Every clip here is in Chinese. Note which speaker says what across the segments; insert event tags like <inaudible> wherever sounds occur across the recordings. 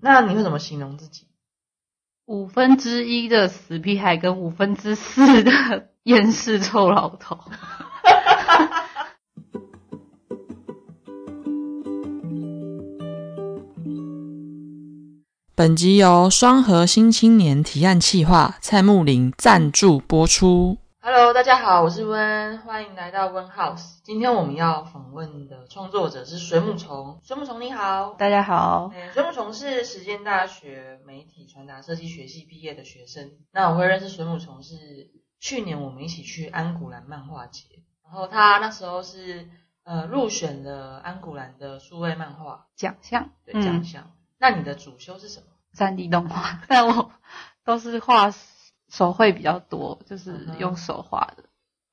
Speaker 1: 那你会怎么形容自己？
Speaker 2: 五分之一的死屁孩跟五分之四的厌世臭老头。
Speaker 3: 本集由双河新青年提案企划蔡木林赞助播出。
Speaker 1: Hello，大家好，我是温，欢迎来到温 House。今天我们要访问的创作者是水母虫。水母虫你好，
Speaker 2: <laughs> 大家好，
Speaker 1: 哎水母虫是实践大学媒体传达设计学系毕业的学生。那我会认识水母虫是去年我们一起去安古兰漫画节，然后他那时候是呃入选了安古兰的数位漫画
Speaker 2: 奖项
Speaker 1: 对
Speaker 2: 嗯
Speaker 1: 奖项。那你的主修是什么？
Speaker 2: 三 D 动画， <laughs> 但我都是画手绘比较多，就是用手画的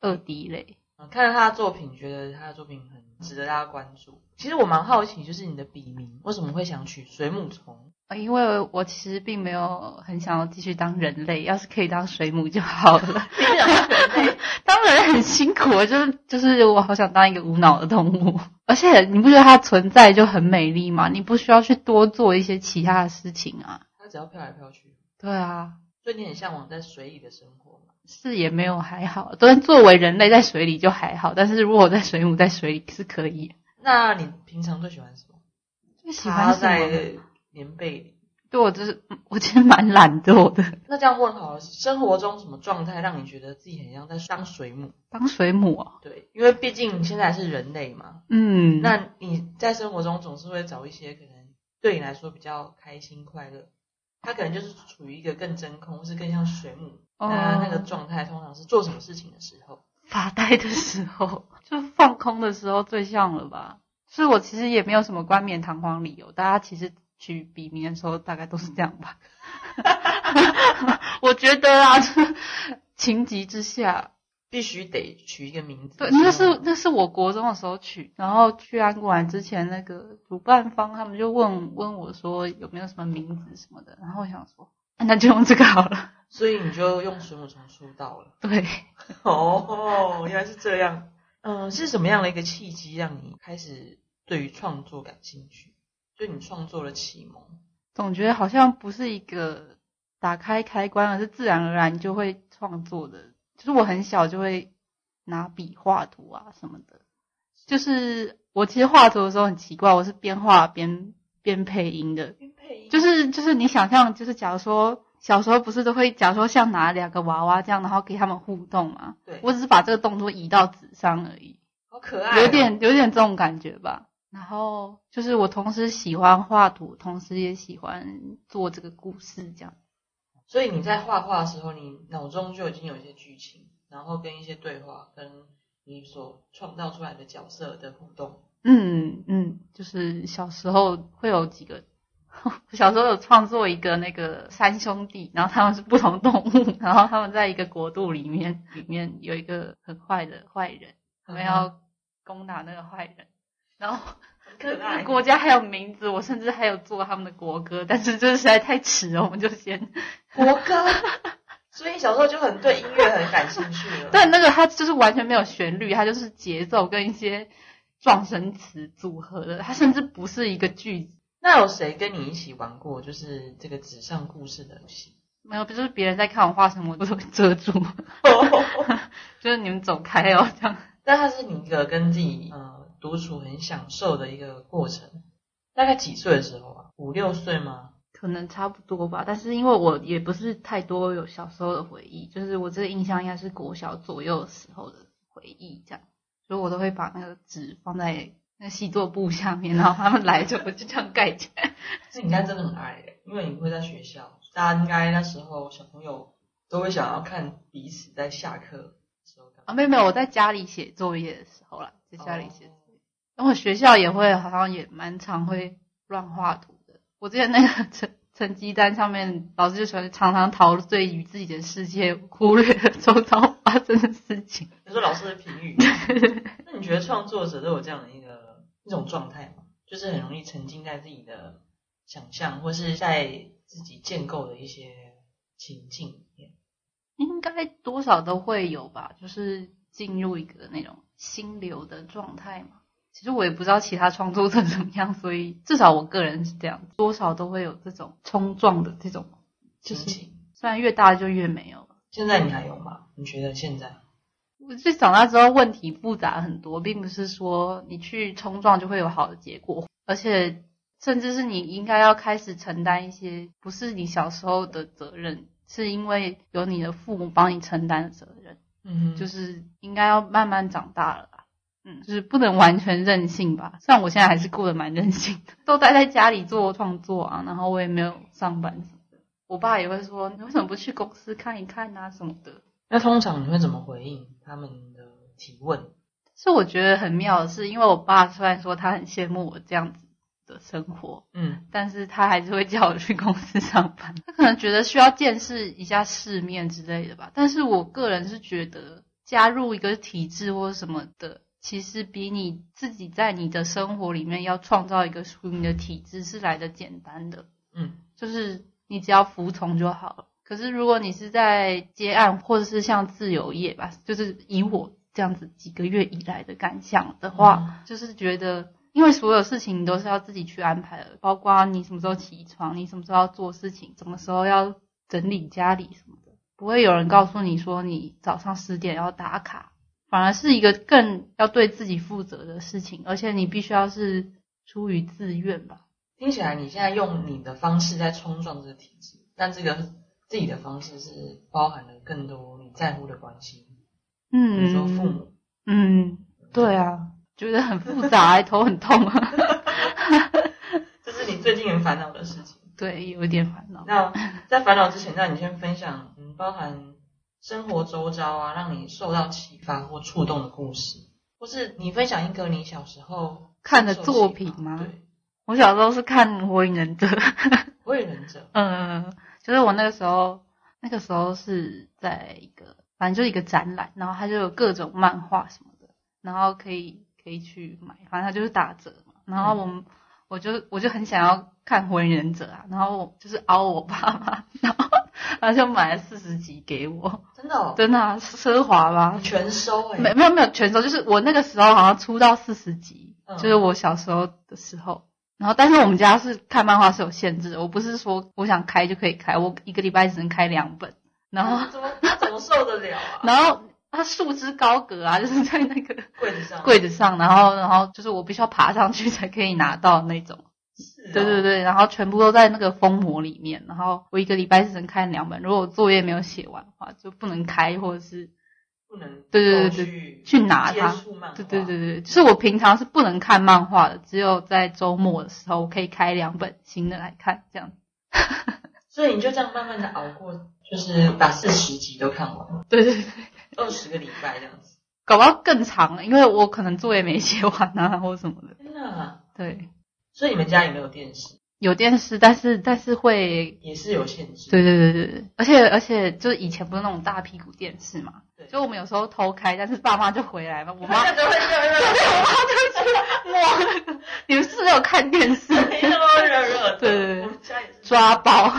Speaker 2: 二 D 类。
Speaker 1: 呃看了他的作品，觉得他的作品很值得大家关注。其实我蛮好奇，就是你的笔名为什么会想取水母
Speaker 2: <laughs>
Speaker 1: 虫？
Speaker 2: 呃因为我其实并没有很想要继续当人类，要是可以当水母就好了。 <laughs>
Speaker 1: 你想当人类？
Speaker 2: 当然很辛苦，就是就是我好想当一个无脑的动物， <laughs> 而且你不觉得它存在就很美丽吗？你不需要去多做一些其他的事情啊。
Speaker 1: 它只要飘来飘去，
Speaker 2: 对啊，
Speaker 1: 所以你很向往在水里的生活嘛？
Speaker 2: 是也没有还好，但作为人类在水里就还好，但是如果我在水母在水里是可以。
Speaker 1: 那你平常最喜欢什么？
Speaker 2: 最喜欢
Speaker 1: 趴
Speaker 2: 什么？
Speaker 1: 在棉被里。
Speaker 2: 对我就是嗯我其实蛮懒惰的，
Speaker 1: 那这样问好了，生活中什么状态让你觉得自己很像在当水母？
Speaker 2: 当水母哦。
Speaker 1: 对，因为毕竟你现在还是人类嘛，
Speaker 2: 嗯，
Speaker 1: 那你在生活中总是会找一些可能对你来说比较开心快乐，它可能就是处于一个更真空，或是更像水母，
Speaker 2: 哦
Speaker 1: 那呃那个状态通常是做什么事情的时候？
Speaker 2: 发呆的时候，就放空的时候最像了吧？所以我其实也没有什么冠冕堂皇理由，大家其实取笔名的时候大概都是这样吧。 <laughs> 我觉得啊， <laughs> 就是情急之下，
Speaker 1: 必须得取一个名字。嗯
Speaker 2: 对，那是那是我国中的时候取，然后去安古兰之前，那个主办方他们就问问我说有没有什么名字什么的，然后我想说那就用这个好了。 <laughs>
Speaker 1: 所以你就用水母虫出道了。 <laughs>
Speaker 2: 对，
Speaker 1: 哦，原来是这样。嗯，是什么样的一个契机让你开始对于创作感兴趣？对你创作的启蒙？
Speaker 2: 总觉得好像不是一个打开开关，而是自然而然就会创作的。就是我很小就会拿笔画图啊什么的，就是我其实画图的时候很奇怪，我是边画边边配音的，就是就是你想象，就是假如说小时候不是都会，假如说像拿两个娃娃这样，然后给他们互动嘛，
Speaker 1: 对，
Speaker 2: 我只是把这个动作移到纸上而已。
Speaker 1: 好可爱哦、
Speaker 2: 有点有点这种感觉吧。然后就是我同时喜欢画图，同时也喜欢做这个故事，这样。
Speaker 1: 所以你在画画的时候，你脑中就已经有一些剧情，然后跟一些对话，跟你所创造出来的角色的互动。
Speaker 2: 嗯嗯，就是小时候会有几个， <laughs> 我小时候有创作一个那个三兄弟，然后他们是不同动物，然后他们在一个国度里面，里面有一个很坏的坏人，
Speaker 1: 嗯
Speaker 2: 他们要攻打那个坏人，然后
Speaker 1: 很
Speaker 2: 可
Speaker 1: 可爱
Speaker 2: 是，国家还有名字，我甚至还有做他们的国歌，但是这实在太迟了，我们就先
Speaker 1: 国歌。所以小时候就很对音乐很感兴趣
Speaker 2: <laughs>
Speaker 1: 了。
Speaker 2: 但那个它就是完全没有旋律，它就是节奏跟一些撞声词组合的，它甚至不是一个句子，
Speaker 1: 那有谁跟你一起玩过就是这个纸上故事的游戏？ <laughs>
Speaker 2: 没有，就是别人在看我画什么，我都会遮住， <laughs> 就是你们走开哦，这样。
Speaker 1: 但它是你一个跟自己呃独处很享受的一个过程。大概几岁的时候啊？五六岁吗？
Speaker 2: 可能差不多吧，但是因为我也不是太多有小时候的回忆，就是我这个印象应该是国小左右的时候的回忆这样，所以我都会把那个纸放在那个习作簿下面，然后他们来就我就这样盖起来。
Speaker 1: 这你应该真的很爱、欸，因为你会在学校，大家应该那时候小朋友都会想要看彼此在下课的时候干嘛
Speaker 2: <laughs> 啊，没有没有，我在家里写作业的时候啦，在家里写作业。然后我学校也会，好像也蛮常会乱画图的。我之前那个成成绩单上面，老师就喜欢常常陶醉于自己的世界，忽略了周遭发生的事情。
Speaker 1: 你哦说老师的评
Speaker 2: <laughs>
Speaker 1: 语，那你觉得创作者都有这样的一个一种状态吗？就是很容易沉浸在自己的想象，或是在自己建构的一些情境里面。
Speaker 2: 应该多少都会有吧，就是进入一个那种心流的状态嘛。其实我也不知道其他创作者怎么样，所以至少我个人是这样，多少都会有这种冲撞的这种，就是
Speaker 1: 心情
Speaker 2: 虽然越大就越没有。
Speaker 1: 现在你还有吗？你觉得现在？
Speaker 2: 我就长大之后问题复杂很多，并不是说你去冲撞就会有好的结果，而且甚至是你应该要开始承担一些不是你小时候的责任，是因为有你的父母帮你承担的责任，
Speaker 1: 嗯
Speaker 2: 就是是应该要慢慢长大了啦。嗯，就是不能完全任性吧。虽然我现在还是过得蛮任性的， <laughs> 都待在家里做创作啊，然后我也没有上班什么的。我爸也会说，你为什么不去公司看一看啊什么的。
Speaker 1: 那通常你会怎么回应他们的提问？
Speaker 2: 是我觉得很妙的是，因为我爸虽然说他很羡慕我这样子的生活，
Speaker 1: 嗯
Speaker 2: 但是他还是会叫我去公司上班。 <laughs> 他可能觉得需要见识一下世面之类的吧。但是我个人是觉得，加入一个体制或什么的，其实比你自己在你的生活里面要创造一个属于你的体制是来的简单的。
Speaker 1: 嗯
Speaker 2: 就是你只要服从就好了。可是如果你是在接案或者是像自由业吧，就是以我这样子几个月以来的感想的话，就是觉得。因为所有事情你都是要自己去安排的，包括你什么时候起床，你什么时候要做事情，什么时候要整理家里什么的，不会有人告诉你说你早上十点要打卡，反而是一个更要对自己负责的事情，而且你必须要是出于自愿吧。
Speaker 1: 听起来你现在用你的方式在冲撞这个体制，但这个自己的方式是包含了更多你在乎的关系，比
Speaker 2: 嗯，
Speaker 1: 如说父母。
Speaker 2: 嗯，对啊，觉得很复杂、欸，头很痛啊。 <laughs>
Speaker 1: 这是你最近很烦恼的事情。
Speaker 2: 对，有一点烦恼。
Speaker 1: 那在烦恼之前，那你先分享，嗯，包含生活周遭啊，让你受到启发或触动的故事，或是你分享一个你小时候
Speaker 2: 看的
Speaker 1: 受
Speaker 2: 作
Speaker 1: 启发 <laughs>
Speaker 2: 品吗
Speaker 1: 对，
Speaker 2: 我小时候是看《火影忍者》，
Speaker 1: 火影忍者，
Speaker 2: 嗯，就是我那个时候，那个时候是在一个，反正就是一个展览，然后它就有各种漫画什么的，然后可以可以去买，反正它就是打折嘛。然后我们、我就我就很想要看《火影忍者》啊，然后我就是熬我爸妈，然后他就买了四十集给我，
Speaker 1: 真的、哦，
Speaker 2: 真的、啊、奢华吧，
Speaker 1: 全收哎、
Speaker 2: 没没有没有全收，就是我那个时候好像出到四十集，
Speaker 1: 嗯
Speaker 2: 就是 <laughs> 我小时候的时候。然后，但是我们家是看漫画是有限制的，我不是说我想开就可以开，我一个礼拜只能开两本。然后，
Speaker 1: 怎么怎么受得了啊？
Speaker 2: <laughs> 然后它束之高阁啊，就是在那个
Speaker 1: 柜子上，
Speaker 2: 柜子上，然后然后就是我必须要爬上去才可以拿到那种。
Speaker 1: 是、哦
Speaker 2: 对对，对，然后全部都在那个封膜里面，然后我一个礼拜只能看两本，如果我作业没有写完的话，就不能开或者是
Speaker 1: 不能
Speaker 2: 对对对对
Speaker 1: 去
Speaker 2: 去拿它
Speaker 1: 接触漫画
Speaker 2: 对对对对，就是我平常是不能看漫画的，只有在周末的时候我可以开两本新的来看，这样。
Speaker 1: 所以你就这样慢慢的熬过，就是把四十集都看完，
Speaker 2: 对对对，
Speaker 1: 二十个礼拜这样子。
Speaker 2: 搞不好更长了，因为我可能作业没写完啊， <laughs> 或什么的。
Speaker 1: 天哪！
Speaker 2: 对，
Speaker 1: 所以你们家也没有电视，
Speaker 2: 有电视，但是但是会，
Speaker 1: 也是有限制。
Speaker 2: 对对对对对，而且而且就是以前不是那种大屁股电视嘛，
Speaker 1: 对。
Speaker 2: 就我们有时候偷开，但是爸妈就回来嘛，我妈
Speaker 1: 就会这样
Speaker 2: 哇，你们是不是有看电
Speaker 1: <laughs>
Speaker 2: 视？
Speaker 1: 热热热的。
Speaker 2: 对对对
Speaker 1: 我们家也是。
Speaker 2: 抓包。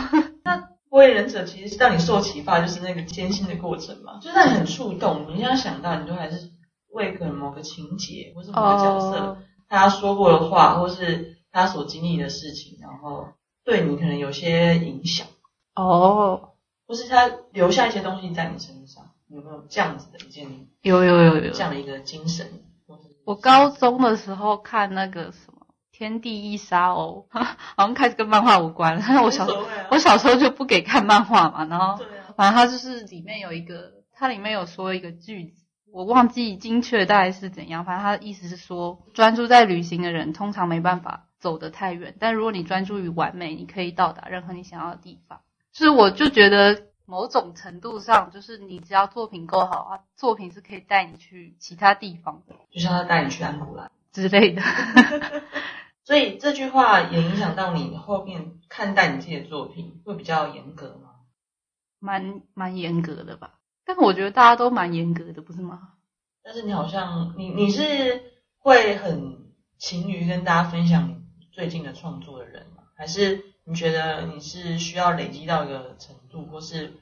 Speaker 1: 火影忍者其实让你受启发，就是那个艰辛的过程嘛，就是让你很触动。你现在想到，你就还是为可能某个情节
Speaker 2: 哦
Speaker 1: 或是某个角色、他说过的话，或是他所经历的事情，然后对你可能有些影响，
Speaker 2: 哦，
Speaker 1: 或是他留下一些东西在你身上，你有没有这样子的一件
Speaker 2: 有有有有
Speaker 1: 这。样的一个精神？或是
Speaker 2: 我高中的时候看那个什么《天地一沙鸥》， <laughs> 好像开始跟漫画无关了。我小
Speaker 1: 无所谓啊
Speaker 2: 我小时候就不给看漫画嘛，然后
Speaker 1: 对啊，
Speaker 2: 反正它就是里面有一个，它里面有说一个句子，我忘记精确大概是怎样，反正它的意思是说，专注在旅行的人通常没办法走得太远，但如果你专注于完美，你可以到达任何你想要的地方。就是我就觉得某种程度上，就是你只要作品够好啊，作品是可以带你去其他地方的
Speaker 1: 就像他带你去安古拉。
Speaker 2: 之类的。 <laughs>
Speaker 1: 所以这句话也影响到你后面看待你自己的作品会比较严格吗？
Speaker 2: 蛮蛮严格的吧？但我觉得大家都蛮严格的，不是吗？
Speaker 1: 但是你好像你你是会很勤于跟大家分享你最近的创作的人吗？还是你觉得你是需要累积到一个程度，或是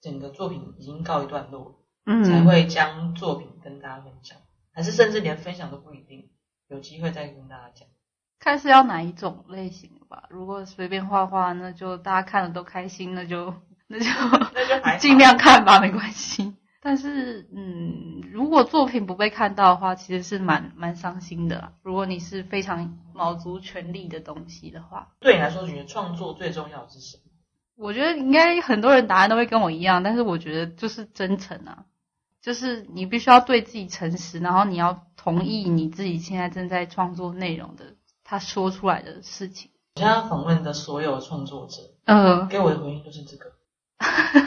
Speaker 1: 整个作品已经告一段落，才
Speaker 2: 嗯，
Speaker 1: 会将作品跟大家分享？还是甚至连分享都不一定？有机会再跟大家讲。
Speaker 2: 看是要哪一种类型的吧。如果随便画画，那就大家看了都开心，那就那就
Speaker 1: 那就还好
Speaker 2: <laughs> 尽量看吧，没关系。但是，嗯，如果作品不被看到的话，其实是蛮蛮伤心的啦。如果你是非常卯足全力的东西的话，
Speaker 1: 对你来说，你觉得创作最重要的是什么？
Speaker 2: 我觉得应该很多人答案都会跟我一样，但是我觉得就是真诚啊，就是你必须要对自己诚实，然后你要同意你自己现在正在创作内容的他说出来的事情。
Speaker 1: 我现在访问的所有创作者，
Speaker 2: 呃，
Speaker 1: 给我的回应就是这个，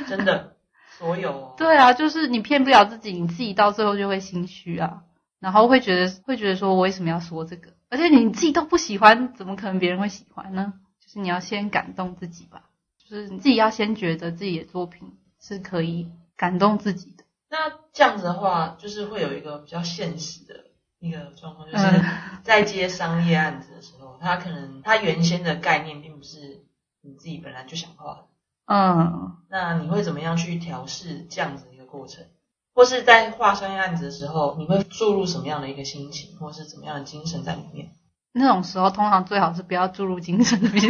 Speaker 1: 真的，所有哦。
Speaker 2: 对啊，就是你骗不了自己，你自己到最后就会心虚啊，然后会觉得会觉得说我为什么要说这个？而且你自己都不喜欢，怎么可能别人会喜欢呢？就是你要先感动自己吧，就是你自己要先觉得自己的作品是可以感动自己的。
Speaker 1: 那这样子的话，就是会有一个比较现实的一个状况，就是
Speaker 2: 嗯
Speaker 1: 在接商业案子的时候，他可能他原先的概念并不是你自己本来就想画的。
Speaker 2: 嗯，
Speaker 1: 那你会怎么样去调试这样子的一个过程？或是在画商业案子的时候，你会注入什么样的一个心情，或是怎么样的精神在里
Speaker 2: <laughs>
Speaker 1: 面？
Speaker 2: 那种时候通常最好是不要注入精神的比较，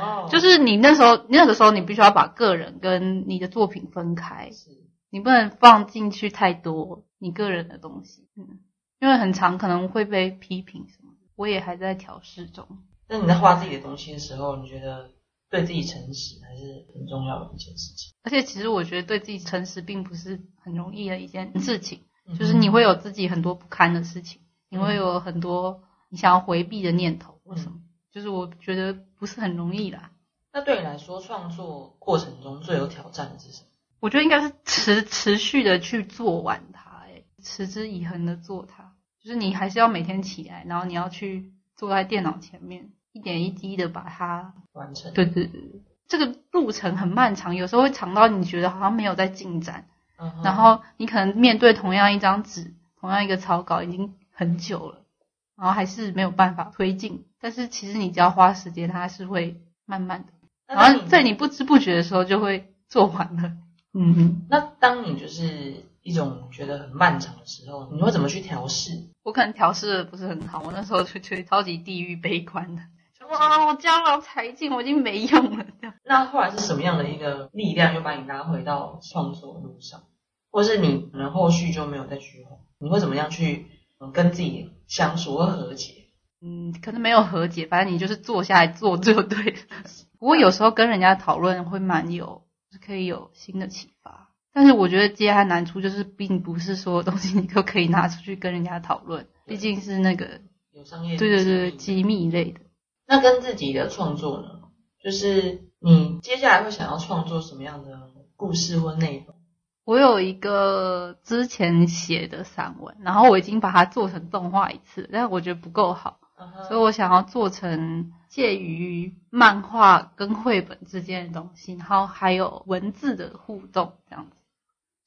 Speaker 1: 哦，
Speaker 2: 就是你那时候那个时候你必须要把个人跟你的作品分开，
Speaker 1: 是
Speaker 2: 你不能放进去太多你个人的东西，嗯，因为很常可能会被批评什么的，我也还在调试中。
Speaker 1: 那你在画自己的东西的时候，你觉得对自己诚实还是很重要的一件事情？
Speaker 2: 而且其实我觉得对自己诚实并不是很容易的一件事情，
Speaker 1: 嗯
Speaker 2: 就是你会有自己很多不堪的事情，你会有很多你想要回避的念头或什么，就是我觉得不是很容易啦。
Speaker 1: 那对你来说，创作过程中最有挑战的是什么？
Speaker 2: 我觉得应该是持持续的去做完它，哎，持之以恒的做它，就是你还是要每天起来，然后你要去坐在电脑前面，一点一滴的把它，
Speaker 1: 完成？
Speaker 2: 对，对对，对这个路程很漫长，有时候会长到你觉得好像没有在进展，
Speaker 1: 嗯哼
Speaker 2: 然后你可能面对同样一张纸，同样一个草稿已经很久了，然后还是没有办法推进，但是其实你只要花时间，它是会慢慢的，
Speaker 1: 那当
Speaker 2: 然后
Speaker 1: 你
Speaker 2: 在你不知不觉的时候就会做完了，嗯哼。
Speaker 1: 那当你就是一种觉得很漫长的时候，你会怎么去调试？
Speaker 2: 我可能调试的不是很好，我那时候就觉得超级地狱悲观的，就哇，我江郎才尽，我已经没用了。这样
Speaker 1: 那后来是什么样的一个力量又把你拉回到创作路上，或是你可能后续就没有再去画，你会怎么样去嗯跟自己相处和和解？
Speaker 2: 嗯，可能没有和解，反正你就是坐下来做就对了。 <laughs> 不过有时候跟人家讨论会蛮有，就是可以有新的启发。但是我觉得接案难处就是，并不是所有东西你都可以拿出去跟人家讨论，毕竟是那个
Speaker 1: 有商业
Speaker 2: 对对对
Speaker 1: 机密
Speaker 2: 机密类的。
Speaker 1: 那跟自己的创作呢？就是你接下来会想要创作什么样的故事或内容？
Speaker 2: 我有一个之前写的散文，然后我已经把它做成动画一次，但是我觉得不够好。
Speaker 1: 嗯哼
Speaker 2: 所以我想要做成介于漫画跟绘本之间的东西，然后还有文字的互动这样子。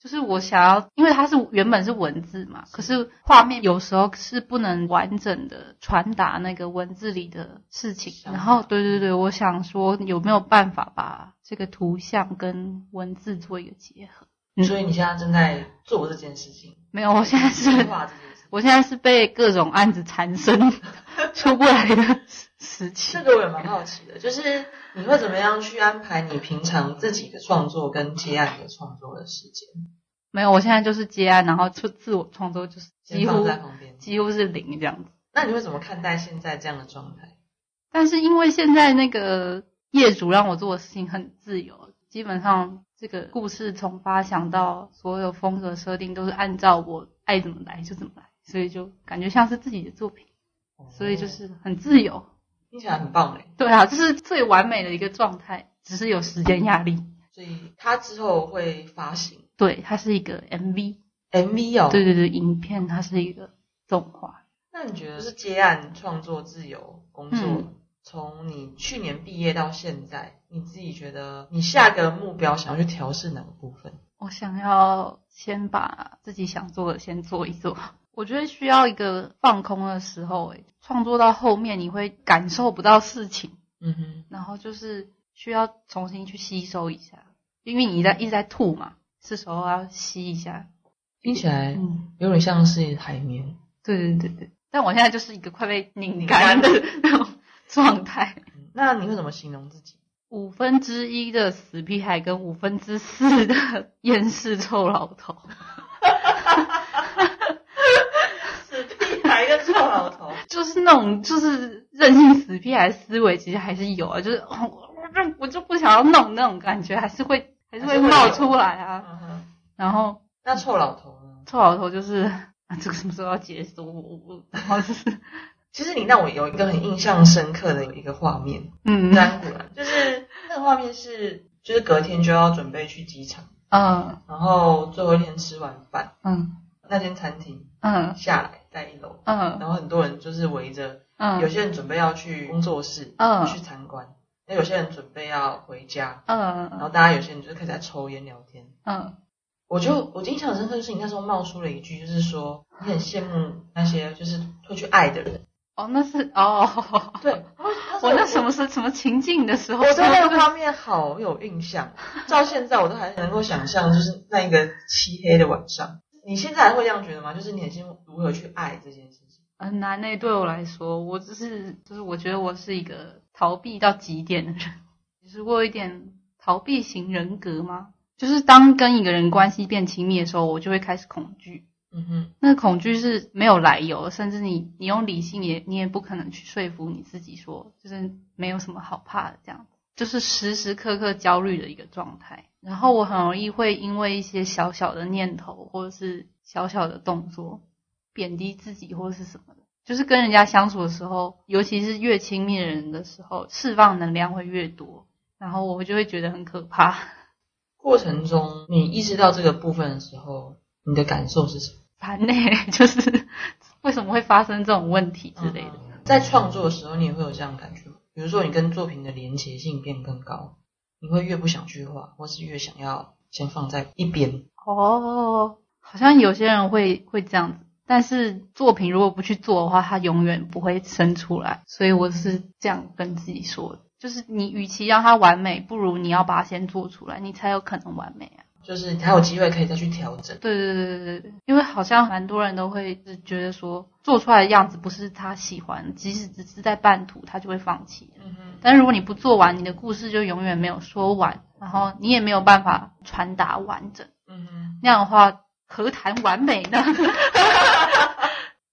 Speaker 2: 就是我想要，因为它是原本是文字嘛，可是画面有时候是不能完整的传达那个文字里的事情。
Speaker 1: 想法
Speaker 2: 然后，对对对，我想说有没有办法把这个图像跟文字做一个结合？嗯
Speaker 1: 所以你现在正在做这件事情，
Speaker 2: 没有，我现在
Speaker 1: <laughs>
Speaker 2: 是
Speaker 1: 计划这件事情。
Speaker 2: 我现在是被各种案子缠身 <laughs> 出不来的时期
Speaker 1: 这。个我也蛮好奇的，就是你会怎么样去安排你平常自己的创作跟接案的创作的时间？
Speaker 2: 没有，我现在就是接案，然后自自我创作，就是几
Speaker 1: 先放
Speaker 2: 乎
Speaker 1: 在旁边。
Speaker 2: 几乎是零这样子。
Speaker 1: 那你会怎么看待现在这样的状态？
Speaker 2: 但是因为现在那个业主让我做的事情很自由，基本上这个故事从发想到所有风格设定都是按照我爱怎么来就怎么来，所以就感觉像是自己的作品，所以就是很自由。
Speaker 1: 哦听起来很棒哎，
Speaker 2: 对啊，这是最完美的一个状态，只是有时间压力。
Speaker 1: 所以他之后会发行
Speaker 2: 对，它是一个 MV，
Speaker 1: MV 哦。
Speaker 2: 对。对对，影片它是一个动画。
Speaker 1: 那你觉得就是接案创作自由工作，
Speaker 2: 嗯
Speaker 1: 从你去年毕业到现在，你自己觉得你下个目标想要去调试哪个部分？
Speaker 2: 我想要先把自己想做的先做一做。我觉得需要一个放空的时候、诶，创作到后面你会感受不到事情，
Speaker 1: 嗯哼，
Speaker 2: 然后就是需要重新去吸收一下，因为你在一直在吐嘛，是时候要吸一下。
Speaker 1: 听起来
Speaker 2: 嗯，
Speaker 1: 有点像是海绵。
Speaker 2: 对对对对。但我现在就是一个快被拧干的那种状态，
Speaker 1: 那你会怎么形容自己？
Speaker 2: 五分之一的死屁孩跟五分之四的厌世臭老头。
Speaker 1: 死屁孩跟臭老 <laughs> 头。
Speaker 2: 就是那种就是任性死屁孩思维，其实还是有啊，就是、 <coughs> 哦、我就我就不想要弄那种感觉，还是会还是会冒出来啊。
Speaker 1: 嗯哼
Speaker 2: 然后
Speaker 1: 那臭老头呢？
Speaker 2: 臭老头就是 <laughs> 啊，这个什么时候要结束？我我我，然后就是 <laughs>
Speaker 1: 其实你让我有一个很印象深刻的一个画面，
Speaker 2: 嗯
Speaker 1: 当然就是那个画面是，就是隔天就要准备去机场，
Speaker 2: 嗯
Speaker 1: 然后最后一天吃完饭，
Speaker 2: 嗯
Speaker 1: 那间餐厅
Speaker 2: 嗯
Speaker 1: 下来在一楼，
Speaker 2: 嗯
Speaker 1: 然后很多人就是围着，有
Speaker 2: 嗯
Speaker 1: 些人准备要去工作室
Speaker 2: 嗯
Speaker 1: 去参观，那有些人准备要回家，然
Speaker 2: 嗯
Speaker 1: 后大家有些人就是开始在抽烟聊天。
Speaker 2: 嗯，
Speaker 1: 我就我印象很深刻，就是你那时候冒出了一句，就是说你很羡慕那些就是会去爱的人。
Speaker 2: 哦，那是哦， <laughs>
Speaker 1: 对，
Speaker 2: 我那什么时什么情境的时候，
Speaker 1: 我对那个画面好有印象，到现在我都还能够想象，就是那一个漆黑的晚上。你现在还会这样觉得吗？就是你很羡慕如何去爱这件事情。
Speaker 2: 很难诶，对我来说，我只是就是我觉得我是一个逃避到极点的人，就是我有一点逃避型人格吗？就是当跟一个人关系变亲密的时候，我就会开始恐惧。
Speaker 1: 嗯哼，
Speaker 2: 那恐惧是没有来由，甚至你你用理性也你也不可能去说服你自己说，就是没有什么好怕的这样，就是时时刻刻焦虑的一个状态。然后我很容易会因为一些小小的念头或者是小小的动作贬低自己或者是什么的，就是跟人家相处的时候，尤其是越亲密的人的时候，释放能量会越多，然后我就会觉得很可怕。 <laughs>
Speaker 1: 过程中你意识到这个部分的时候，你的感受是什么
Speaker 2: 烦呢、 <laughs> 就是为什么会发生这种问题之
Speaker 1: 之
Speaker 2: 类
Speaker 1: 类
Speaker 2: 的
Speaker 1: 的？。嗯在创作的时候，你也会有这样的感觉吗？比如说，你跟作品的连结性变更高，你会越不想去画，或是越想要先放在一边。
Speaker 2: 哦，好像有些人会会这样子，但是作品如果不去做的话，它永远不会生出来。所以我是这样跟自己说的，就是你与其让它完美，不如你要把它先做出来，你才有可能完美啊。
Speaker 1: 就是还有机会可以再去调整。
Speaker 2: 对对对对对对，因为好像蛮多人都会是觉得说，做出来的样子不是他喜欢，即使只是在半途，他就会放弃。
Speaker 1: 嗯哼，
Speaker 2: 但是如果你不做完，你的故事就永远没有说完，然后你也没有办法传达完整。
Speaker 1: 嗯哼，
Speaker 2: 那样的话，何谈完美呢？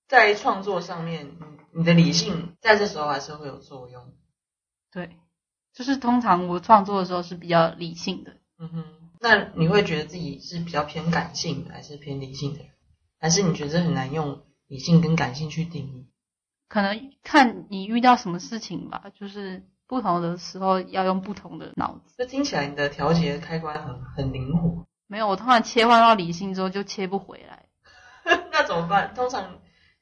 Speaker 1: 在创作上面，你你的理性在这时候还是会有作用。
Speaker 2: 对，就是通常我创作的时候是比较理性的，
Speaker 1: 嗯哼，那你会觉得自己是比较偏感性的，还是偏理性的人？还是你觉得很难用理性跟感性去定义？
Speaker 2: 可能看你遇到什么事情吧，就是不同的时候要用不同的脑子。
Speaker 1: 这听起来你的调节开关很很灵活，
Speaker 2: 没有，我突然切换到理性之后就切不回来。
Speaker 1: <laughs> 那怎么办？通常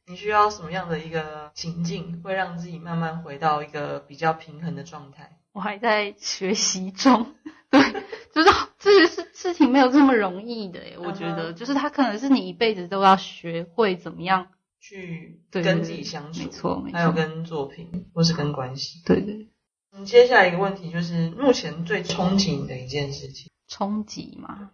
Speaker 1: 你需要什么样的一个情境，会让自己慢慢回到一个比较平衡的状态？
Speaker 2: 我还在学习中，对，就是这些事事情没有这么容易的耶，我觉得，
Speaker 1: 嗯哼
Speaker 2: 就是它可能是你一辈子都要学会怎么样，
Speaker 1: 去
Speaker 2: 对
Speaker 1: 跟自己相处，
Speaker 2: 没错，没
Speaker 1: 还有
Speaker 2: 错，
Speaker 1: 跟作品或是跟关系。
Speaker 2: 对对，
Speaker 1: 嗯，接下来一个问题就是目前最憧憬的一件事情。
Speaker 2: 冲击嘛，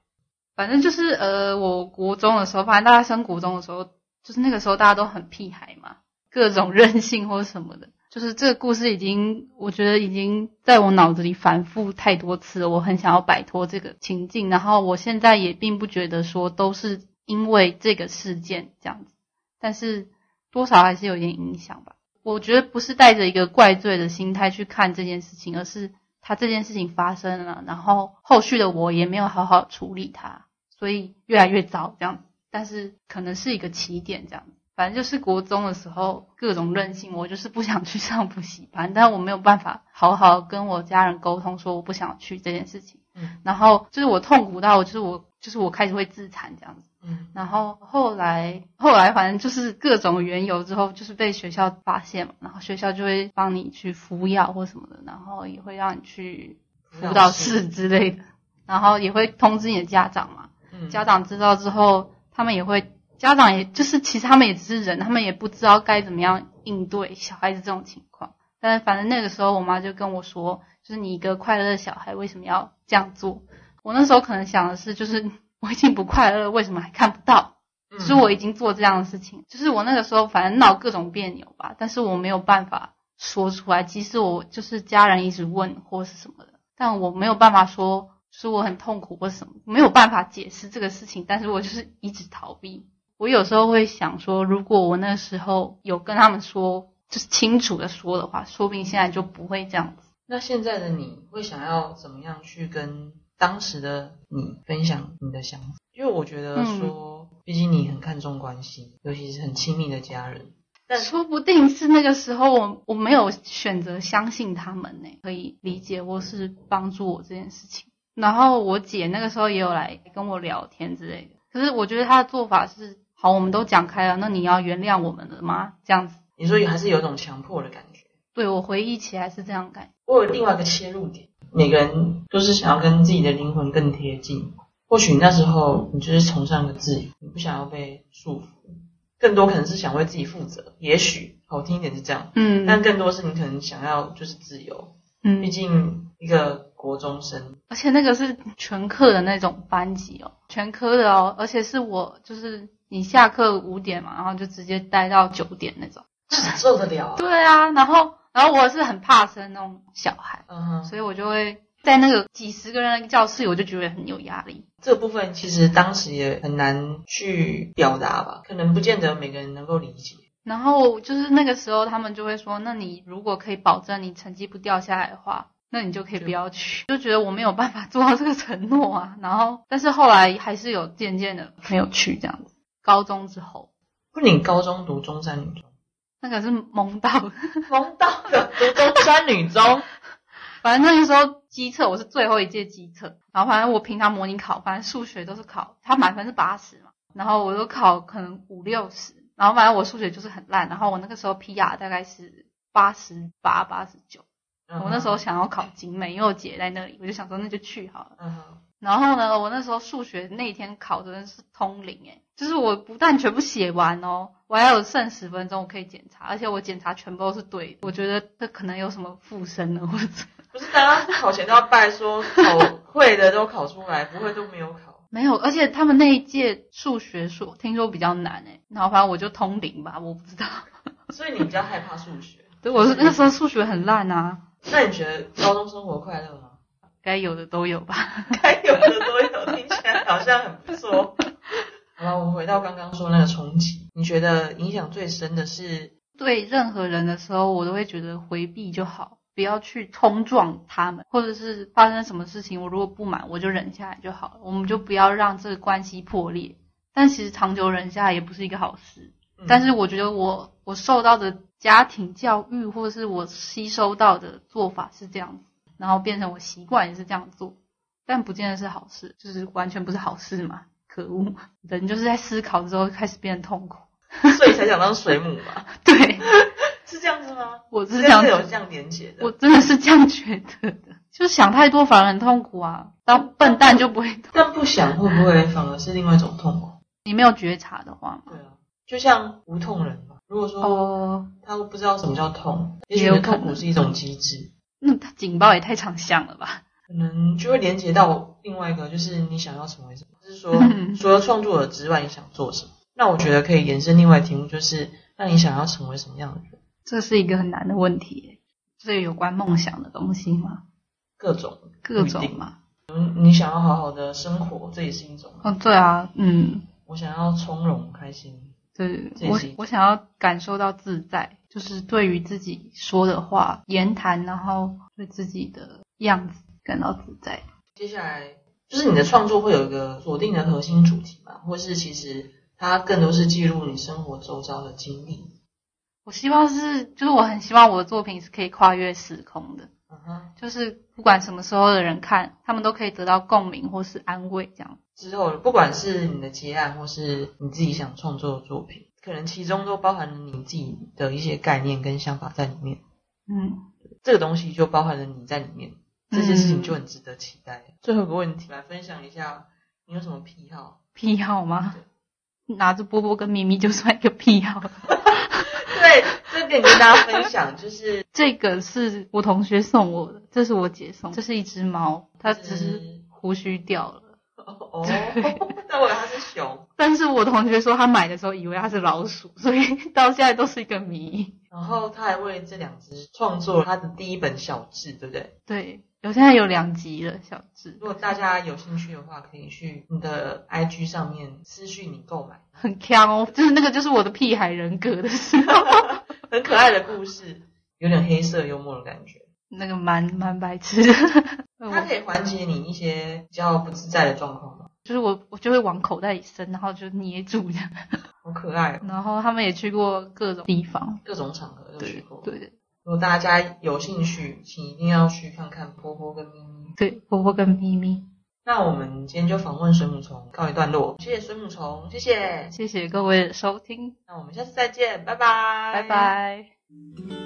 Speaker 2: 反正就是呃，我国中的时候，反正大家升国中的时候，就是那个时候大家都很屁孩嘛，各种任性或什么的，就是这个故事已经，我觉得已经在我脑子里反复太多次了，我很想要摆脱这个情境，然后我现在也并不觉得说都是因为这个事件这样子，但是多少还是有一点影响吧。我觉得不是带着一个怪罪的心态去看这件事情，而是它这件事情发生了，然后后续的我也没有好好处理它，所以越来越糟这样子。但是可能是一个起点这样子。反正就是国中的时候各种任性，我就是不想去上补习班，但我没有办法好好跟我家人沟通，说我不想去这件事情。
Speaker 1: 嗯，
Speaker 2: 然后就是我痛苦到，就是我就是我开始会自残这样子。
Speaker 1: 嗯
Speaker 2: 然后后来后来反正就是各种缘由之后，就是被学校发现嘛，然后学校就会帮你去服药或什么的，然后也会让你去辅导室，之类的，然后也会通知你的家长嘛。
Speaker 1: 嗯，
Speaker 2: 家长知道之后，他们也会，家长也就是其实他们也只是人，他们也不知道该怎么样应对小孩子这种情况。但是反正那个时候，我妈就跟我说，就是你一个快乐的小孩为什么要这样做？我那时候可能想的是，就是我已经不快乐了，为什么还看不到？
Speaker 1: 嗯
Speaker 2: 就是我已经做这样的事情，就是我那个时候反正闹各种别扭吧，但是我没有办法说出来。即使我就是家人一直问或是什么的，但我没有办法说，就是我很痛苦或什么，没有办法解释这个事情。但是我就是一直逃避。我有时候会想说，如果我那时候有跟他们说，就是清楚的说的话，说不定现在就不会这样子。
Speaker 1: 那现在的你会想要怎么样去跟当时的你分享你的想法？因为我觉得
Speaker 2: 嗯
Speaker 1: 说，毕竟你很看重关系，尤其是很亲密的家人。但
Speaker 2: 说不定是那个时候我我没有选择相信他们呢、可以理解或是帮助我这件事情。然后我姐那个时候也有来跟我聊天之类的，可是我觉得她的做法是，好，我们都讲开了，那你要原谅我们了吗？这样子，
Speaker 1: 你说还是有一种强迫的感觉。
Speaker 2: 对我回忆起来是这样感觉。
Speaker 1: 我有另外一个切入点，每个人都是想要跟自己的灵魂更贴近。或许那时候你就是崇尚个自由，你不想要被束缚，更多可能是想为自己负责。也许好听一点是这样，
Speaker 2: 嗯，
Speaker 1: 但更多是你可能想要就是自由。
Speaker 2: 嗯
Speaker 1: 毕，竟一个国中生，
Speaker 2: 而且那个是全科的那种班级哦，全科的哦，而且是我就是你下课五点嘛，然后就直接待到九点那种。
Speaker 1: 哪受得了啊？
Speaker 2: 对啊，然后然后我是很怕生那种小孩，
Speaker 1: 嗯哼，
Speaker 2: 所以我就会在那个几十个人的教室，我就觉得很有压力。
Speaker 1: 这部分其实当时也很难去表达吧，可能不见得每个人能够理解。
Speaker 2: 然后就是那个时候，他们就会说：“那你如果可以保证你成绩不掉下来的话，那你就可以不要去。”就觉得我没有办法做到这个承诺啊。然后，但是后来还是有渐渐的没有去这样子。高中之后，
Speaker 1: 不，你高中读中山女中，
Speaker 2: 那个是懵到的，
Speaker 1: 萌到 <laughs> 的读中山女 <laughs> 中，
Speaker 2: 反正那个时候机测我是最后一届机测，然后反正我平常模拟考，反正数学都是考，它满分是八十嘛，然后我都考可能五六十，然后反正我数学就是很烂，然后我那个时候 PR 大概是八十八、八十九，
Speaker 1: 嗯
Speaker 2: 我那时候想要考景美，因为我姐在那里，我就想说那就去好了。
Speaker 1: 嗯哼，
Speaker 2: 然后呢，我那时候数学那一天考真的是通灵诶，就是我不但全部写完哦，我还有剩十分钟我可以检查，而且我检查全部都是对的。我觉得这可能有什么附身呢，或者怎么
Speaker 1: 不是大家考前都要拜说考会的都考出来，不会都没有考。
Speaker 2: 没有，而且他们那一届数学数听说比较难欸诶，然后反正我就通灵吧，我不知道。
Speaker 1: 所以你比较害怕数学。
Speaker 2: 对，我是那时候数学很烂啊，
Speaker 1: 那你觉得高中生活快乐吗？
Speaker 2: 该有的都有吧。
Speaker 1: 该有的都有，听起来好像很不错。 <laughs> 好了，我们回到刚刚说那个冲击，你觉得影响最深的是
Speaker 2: 对任何人的时候，我都会觉得回避就好，不要去冲撞他们，或者是发生什么事情，我如果不满，我就忍下来就好了，我们就不要让这个关系破裂。但其实长久忍下来也不是一个好事。
Speaker 1: 嗯
Speaker 2: 但是我觉得我我受到的家庭教育，或者是我吸收到的做法是这样子，然后变成我习惯也是这样做，但不见得是好事，就是完全不是好事嘛。可恶，人就是在思考之后开始变得痛苦。 <laughs>
Speaker 1: 所以才想当水母嘛？
Speaker 2: 对，
Speaker 1: <laughs> 是这样子吗？
Speaker 2: 我是
Speaker 1: 应该
Speaker 2: 这样
Speaker 1: 有
Speaker 2: 子
Speaker 1: 这样连结的。
Speaker 2: 我真的是这样觉得的，就是想太多反而很痛苦啊。当笨蛋就不会
Speaker 1: <laughs>
Speaker 2: 痛，
Speaker 1: 但不想会不会反而是另外一种痛苦？
Speaker 2: 你没有觉察的话嘛。
Speaker 1: 对啊，就像无痛人嘛。如果说
Speaker 2: 哦，
Speaker 1: 他不知道什么叫痛，也
Speaker 2: 也
Speaker 1: 许
Speaker 2: 有可能
Speaker 1: 痛苦是一种机制，
Speaker 2: 那他警报也太常响了吧？
Speaker 1: 可能就会连接到另外一个，就是你想要成为什么，就是说
Speaker 2: 嗯
Speaker 1: 除了创作者之外，你想做什么？那我觉得可以延伸另外题目，就是那你想要成为什么样的人？
Speaker 2: 这是一个很难的问题耶，这有关梦想的东西吗？
Speaker 1: 各种
Speaker 2: 各
Speaker 1: 不一
Speaker 2: 种
Speaker 1: 定
Speaker 2: 嘛。
Speaker 1: 你想要好好的生活，这也是一种。
Speaker 2: 哦，对啊，嗯，
Speaker 1: 我想要从容开心，
Speaker 2: 对
Speaker 1: 这也
Speaker 2: 我
Speaker 1: 是一
Speaker 2: 我想要感受到自在，就是对于自己说的话、言谈，然后对自己的样子感到自在。
Speaker 1: 接下来就是你的创作会有一个锁定的核心主题嘛，或是其实它更多是记录你生活周遭的经历。
Speaker 2: 我希望是，就是我很希望我的作品是可以跨越时空的。
Speaker 1: 嗯哼，
Speaker 2: 就是不管什么时候的人看，他们都可以得到共鸣或是安慰，这样。
Speaker 1: 之后不管是你的结案，或是你自己想创作的作品，可能其中都包含了你自己的一些概念跟想法在里面。
Speaker 2: 嗯，
Speaker 1: 这个东西就包含了你在里面，这些事情就很值得期待。最后一个问题，来分享一下你有什么癖好？ <laughs>
Speaker 2: 癖好吗？拿着波波跟咪咪就算一个癖好了。
Speaker 1: 对，这点跟大家分享，
Speaker 2: <laughs>
Speaker 1: 就是
Speaker 2: 这个是我同学送我的，这是我姐送的，这是一只猫，它只是胡须掉了。
Speaker 1: 哦，但我以为它是熊。
Speaker 2: 但是我同学说他买的时候以为它是老鼠，所以 <laughs> 到现在都是一个谜。
Speaker 1: 然后他还为了这两只创作了他的第一本小志，对不对？
Speaker 2: 对，有现在有两集了，小智
Speaker 1: 如果大家有兴趣的话，可以去你的 IG 上面私讯你购买，
Speaker 2: 很强哦，就是那个就是我的屁孩人格的时候， <laughs>
Speaker 1: 很可爱的故事，有点黑色幽默的感觉。
Speaker 2: 那个蛮蛮白痴的。 <laughs>
Speaker 1: 它
Speaker 2: 我
Speaker 1: 可以缓解你一些比较不自在的状况吗？
Speaker 2: 就是我，我就会往口袋里伸，然后就捏住这样。
Speaker 1: 好可爱哦，
Speaker 2: 然后他们也去过各种地方，
Speaker 1: 各种场合都去
Speaker 2: 对
Speaker 1: 过。
Speaker 2: 对
Speaker 1: 如果大家有兴趣，请一定要去看看波波跟咪咪。
Speaker 2: 对，波波跟咪咪，
Speaker 1: 那我们今天就访问水母虫告一段落，谢谢水母虫，谢谢。
Speaker 2: 谢谢各位的收听，
Speaker 1: 那我们下次再见，拜拜，
Speaker 2: 拜拜。